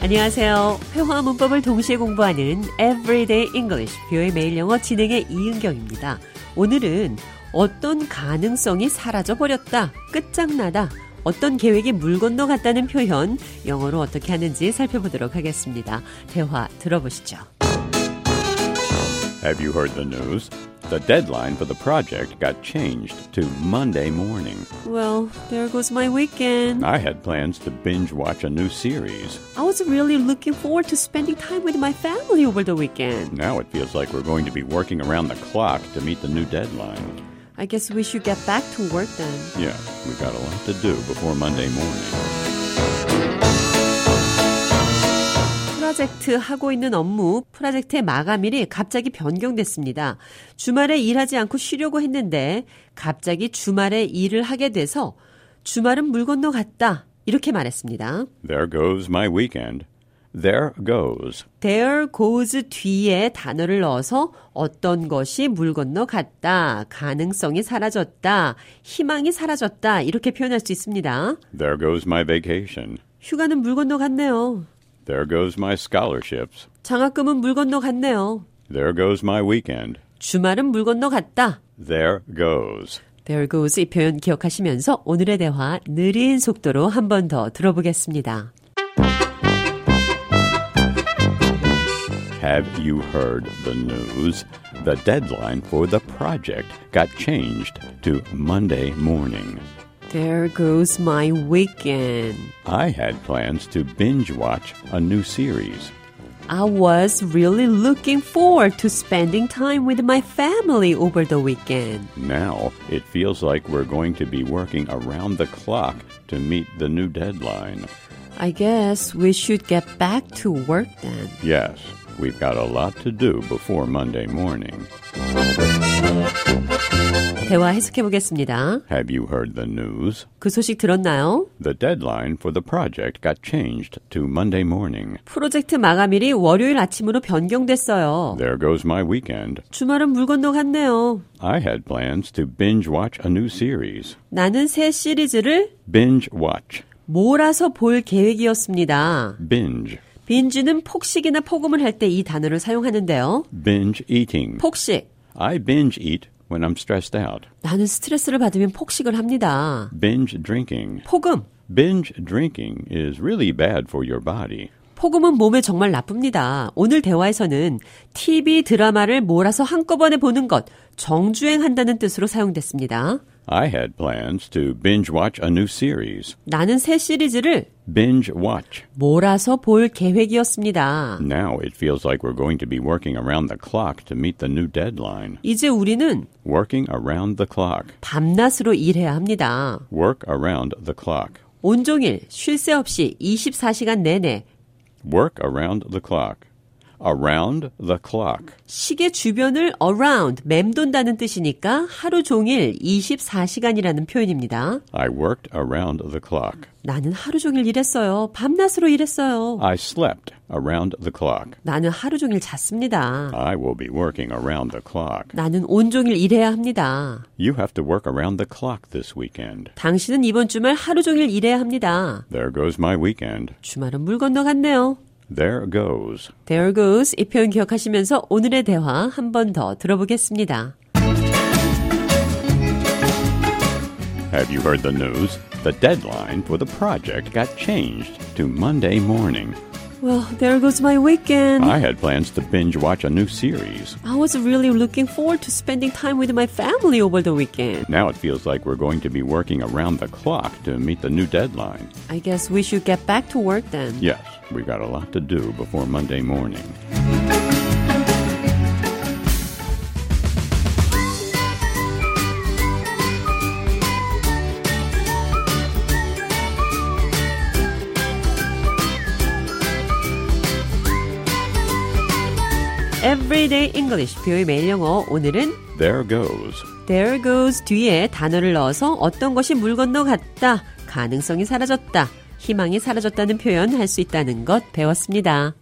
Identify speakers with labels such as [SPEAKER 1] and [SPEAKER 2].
[SPEAKER 1] 안녕하세요. 회화 문법을 동시에 공부하는 Everyday English 뷰의 매일 영어 진행의 이은경입니다. 오늘은 어떤 가능성이 사라져 버렸다, 끝장나다, 어떤 계획이 물 건너 갔다는 표현 영어로 어떻게 하는지 살펴보도록 하겠습니다. 대화 들어보시죠.
[SPEAKER 2] Have you heard the news? The deadline for the project got changed to Monday morning.
[SPEAKER 1] Well, there goes my weekend.
[SPEAKER 2] I had plans to binge watch a new series.
[SPEAKER 1] I was really looking forward to spending time with my family over the weekend.
[SPEAKER 2] Now it feels like we're going to be working around the clock to meet the new deadline.
[SPEAKER 1] I guess we should get back to work then.
[SPEAKER 2] Yeah, we've got a lot to do before Monday morning.
[SPEAKER 1] 프로젝트 하고 있는 업무, 프로젝트의 마감일이 갑자기 변경됐습니다. 주말에 일하지 않고 쉬려고 했는데 갑자기 주말에 일을 하게 돼서 주말은 물 건너 갔다. 이렇게 말했습니다.
[SPEAKER 2] There goes my weekend. There goes.
[SPEAKER 1] There goes 뒤에 단어를 넣어서 어떤 것이 물 건너 갔다, 가능성이 사라졌다, 희망이 사라졌다 이렇게 표현할 수 있습니다.
[SPEAKER 2] There goes my vacation.
[SPEAKER 1] 휴가는 물 건너 갔네요.
[SPEAKER 2] There goes my scholarships.
[SPEAKER 1] 장학금은 물 건너 갔네요.
[SPEAKER 2] There goes my weekend.
[SPEAKER 1] 주말은 물 건너 갔다.
[SPEAKER 2] There goes.
[SPEAKER 1] There goes 이 네, 표현 기억하시면서 오늘의 대화 느린 속도로 한 번 더 들어보겠습니다.
[SPEAKER 2] Have you heard the news? The deadline for the project got changed to Monday morning.
[SPEAKER 1] There goes my weekend.
[SPEAKER 2] I had plans to binge watch a new series.
[SPEAKER 1] I was really looking forward to spending time with my family over the weekend.
[SPEAKER 2] Now it feels like we're going to be working around the clock to meet the new deadline.
[SPEAKER 1] I guess we should get back to work then.
[SPEAKER 2] Yes, we've got a lot to do before Monday morning.
[SPEAKER 1] 대화 해석해 보겠습니다.
[SPEAKER 2] Have you heard the news?
[SPEAKER 1] 그 소식 들었나요?
[SPEAKER 2] The deadline for the project got changed to Monday morning.
[SPEAKER 1] 프로젝트 마감일이 월요일 아침으로 변경됐어요.
[SPEAKER 2] There goes my weekend.
[SPEAKER 1] 주말은 물 건너 갔네요.
[SPEAKER 2] I had plans to binge watch a new series.
[SPEAKER 1] 나는 새 시리즈를
[SPEAKER 2] Binge watch.
[SPEAKER 1] 몰아서 볼 계획이었습니다.
[SPEAKER 2] Binge.
[SPEAKER 1] 빈지는 폭식이나 폭음을 할 때 이 단어를 사용하는데요.
[SPEAKER 2] 네. Binge eating.
[SPEAKER 1] 폭식.
[SPEAKER 2] I binge eat when I'm stressed out.
[SPEAKER 1] 나는 스트레스를 받으면 폭식을 합니다.
[SPEAKER 2] Binge drinking.
[SPEAKER 1] 폭음.
[SPEAKER 2] Binge drinking is really bad for your body.
[SPEAKER 1] 폭음은 몸에 정말 나쁩니다. 오늘 대화에서는 TV 드라마를 몰아서 한꺼번에 보는 것, 정주행한다는 뜻으로 사용됐습니다.
[SPEAKER 2] I had plans to binge watch a new series.
[SPEAKER 1] 나는 새 시리즈를
[SPEAKER 2] Binge watch.
[SPEAKER 1] 몰아서 볼 계획이었습니다.
[SPEAKER 2] Now it feels like we're going to be working around the clock to meet the new deadline.
[SPEAKER 1] 이제 우리는
[SPEAKER 2] Working around the clock.
[SPEAKER 1] 밤낮으로 일해야 합니다.
[SPEAKER 2] Work around the clock.
[SPEAKER 1] 온종일 쉴 새 없이 24시간 내내
[SPEAKER 2] Work around the clock. Around the clock.
[SPEAKER 1] 시계 주변을 around 맴돈다는 뜻이니까 하루 종일 24시간이라는 표현입니다.
[SPEAKER 2] I worked around the clock.
[SPEAKER 1] 나는 하루 종일 일했어요. 밤낮으로 일했어요.
[SPEAKER 2] I slept around the clock.
[SPEAKER 1] 나는 하루 종일 잤습니다.
[SPEAKER 2] I will be working around the clock.
[SPEAKER 1] 나는 온종일 일해야 합니다.
[SPEAKER 2] You have to work around the clock this weekend.
[SPEAKER 1] 당신은 이번 주말 하루 종일 일해야 합니다.
[SPEAKER 2] There goes my weekend.
[SPEAKER 1] 주말은 물 건너 갔네요.
[SPEAKER 2] There goes.
[SPEAKER 1] There goes 이 표현 기억하시면서 오늘의 대화 한 번 더 들어보겠습니다.
[SPEAKER 2] Have you heard the news? The deadline for the project got changed to Monday morning.
[SPEAKER 1] Well, there goes my weekend.
[SPEAKER 2] I had plans to binge watch a new series.
[SPEAKER 1] I was really looking forward to spending time with my family over the weekend.
[SPEAKER 2] Now it feels like we're going to be working around the clock to meet the new deadline.
[SPEAKER 1] I guess we should get back to work then.
[SPEAKER 2] Yes, we've got a lot to do before Monday morning.
[SPEAKER 1] Everyday English, 뷰의 매일 영어. 오늘은
[SPEAKER 2] There goes.
[SPEAKER 1] There goes 뒤에 단어를 넣어서 어떤 것이 물 건너 갔다, 가능성이 사라졌다, 희망이 사라졌다는 표현 할 수 있다는 것 배웠습니다.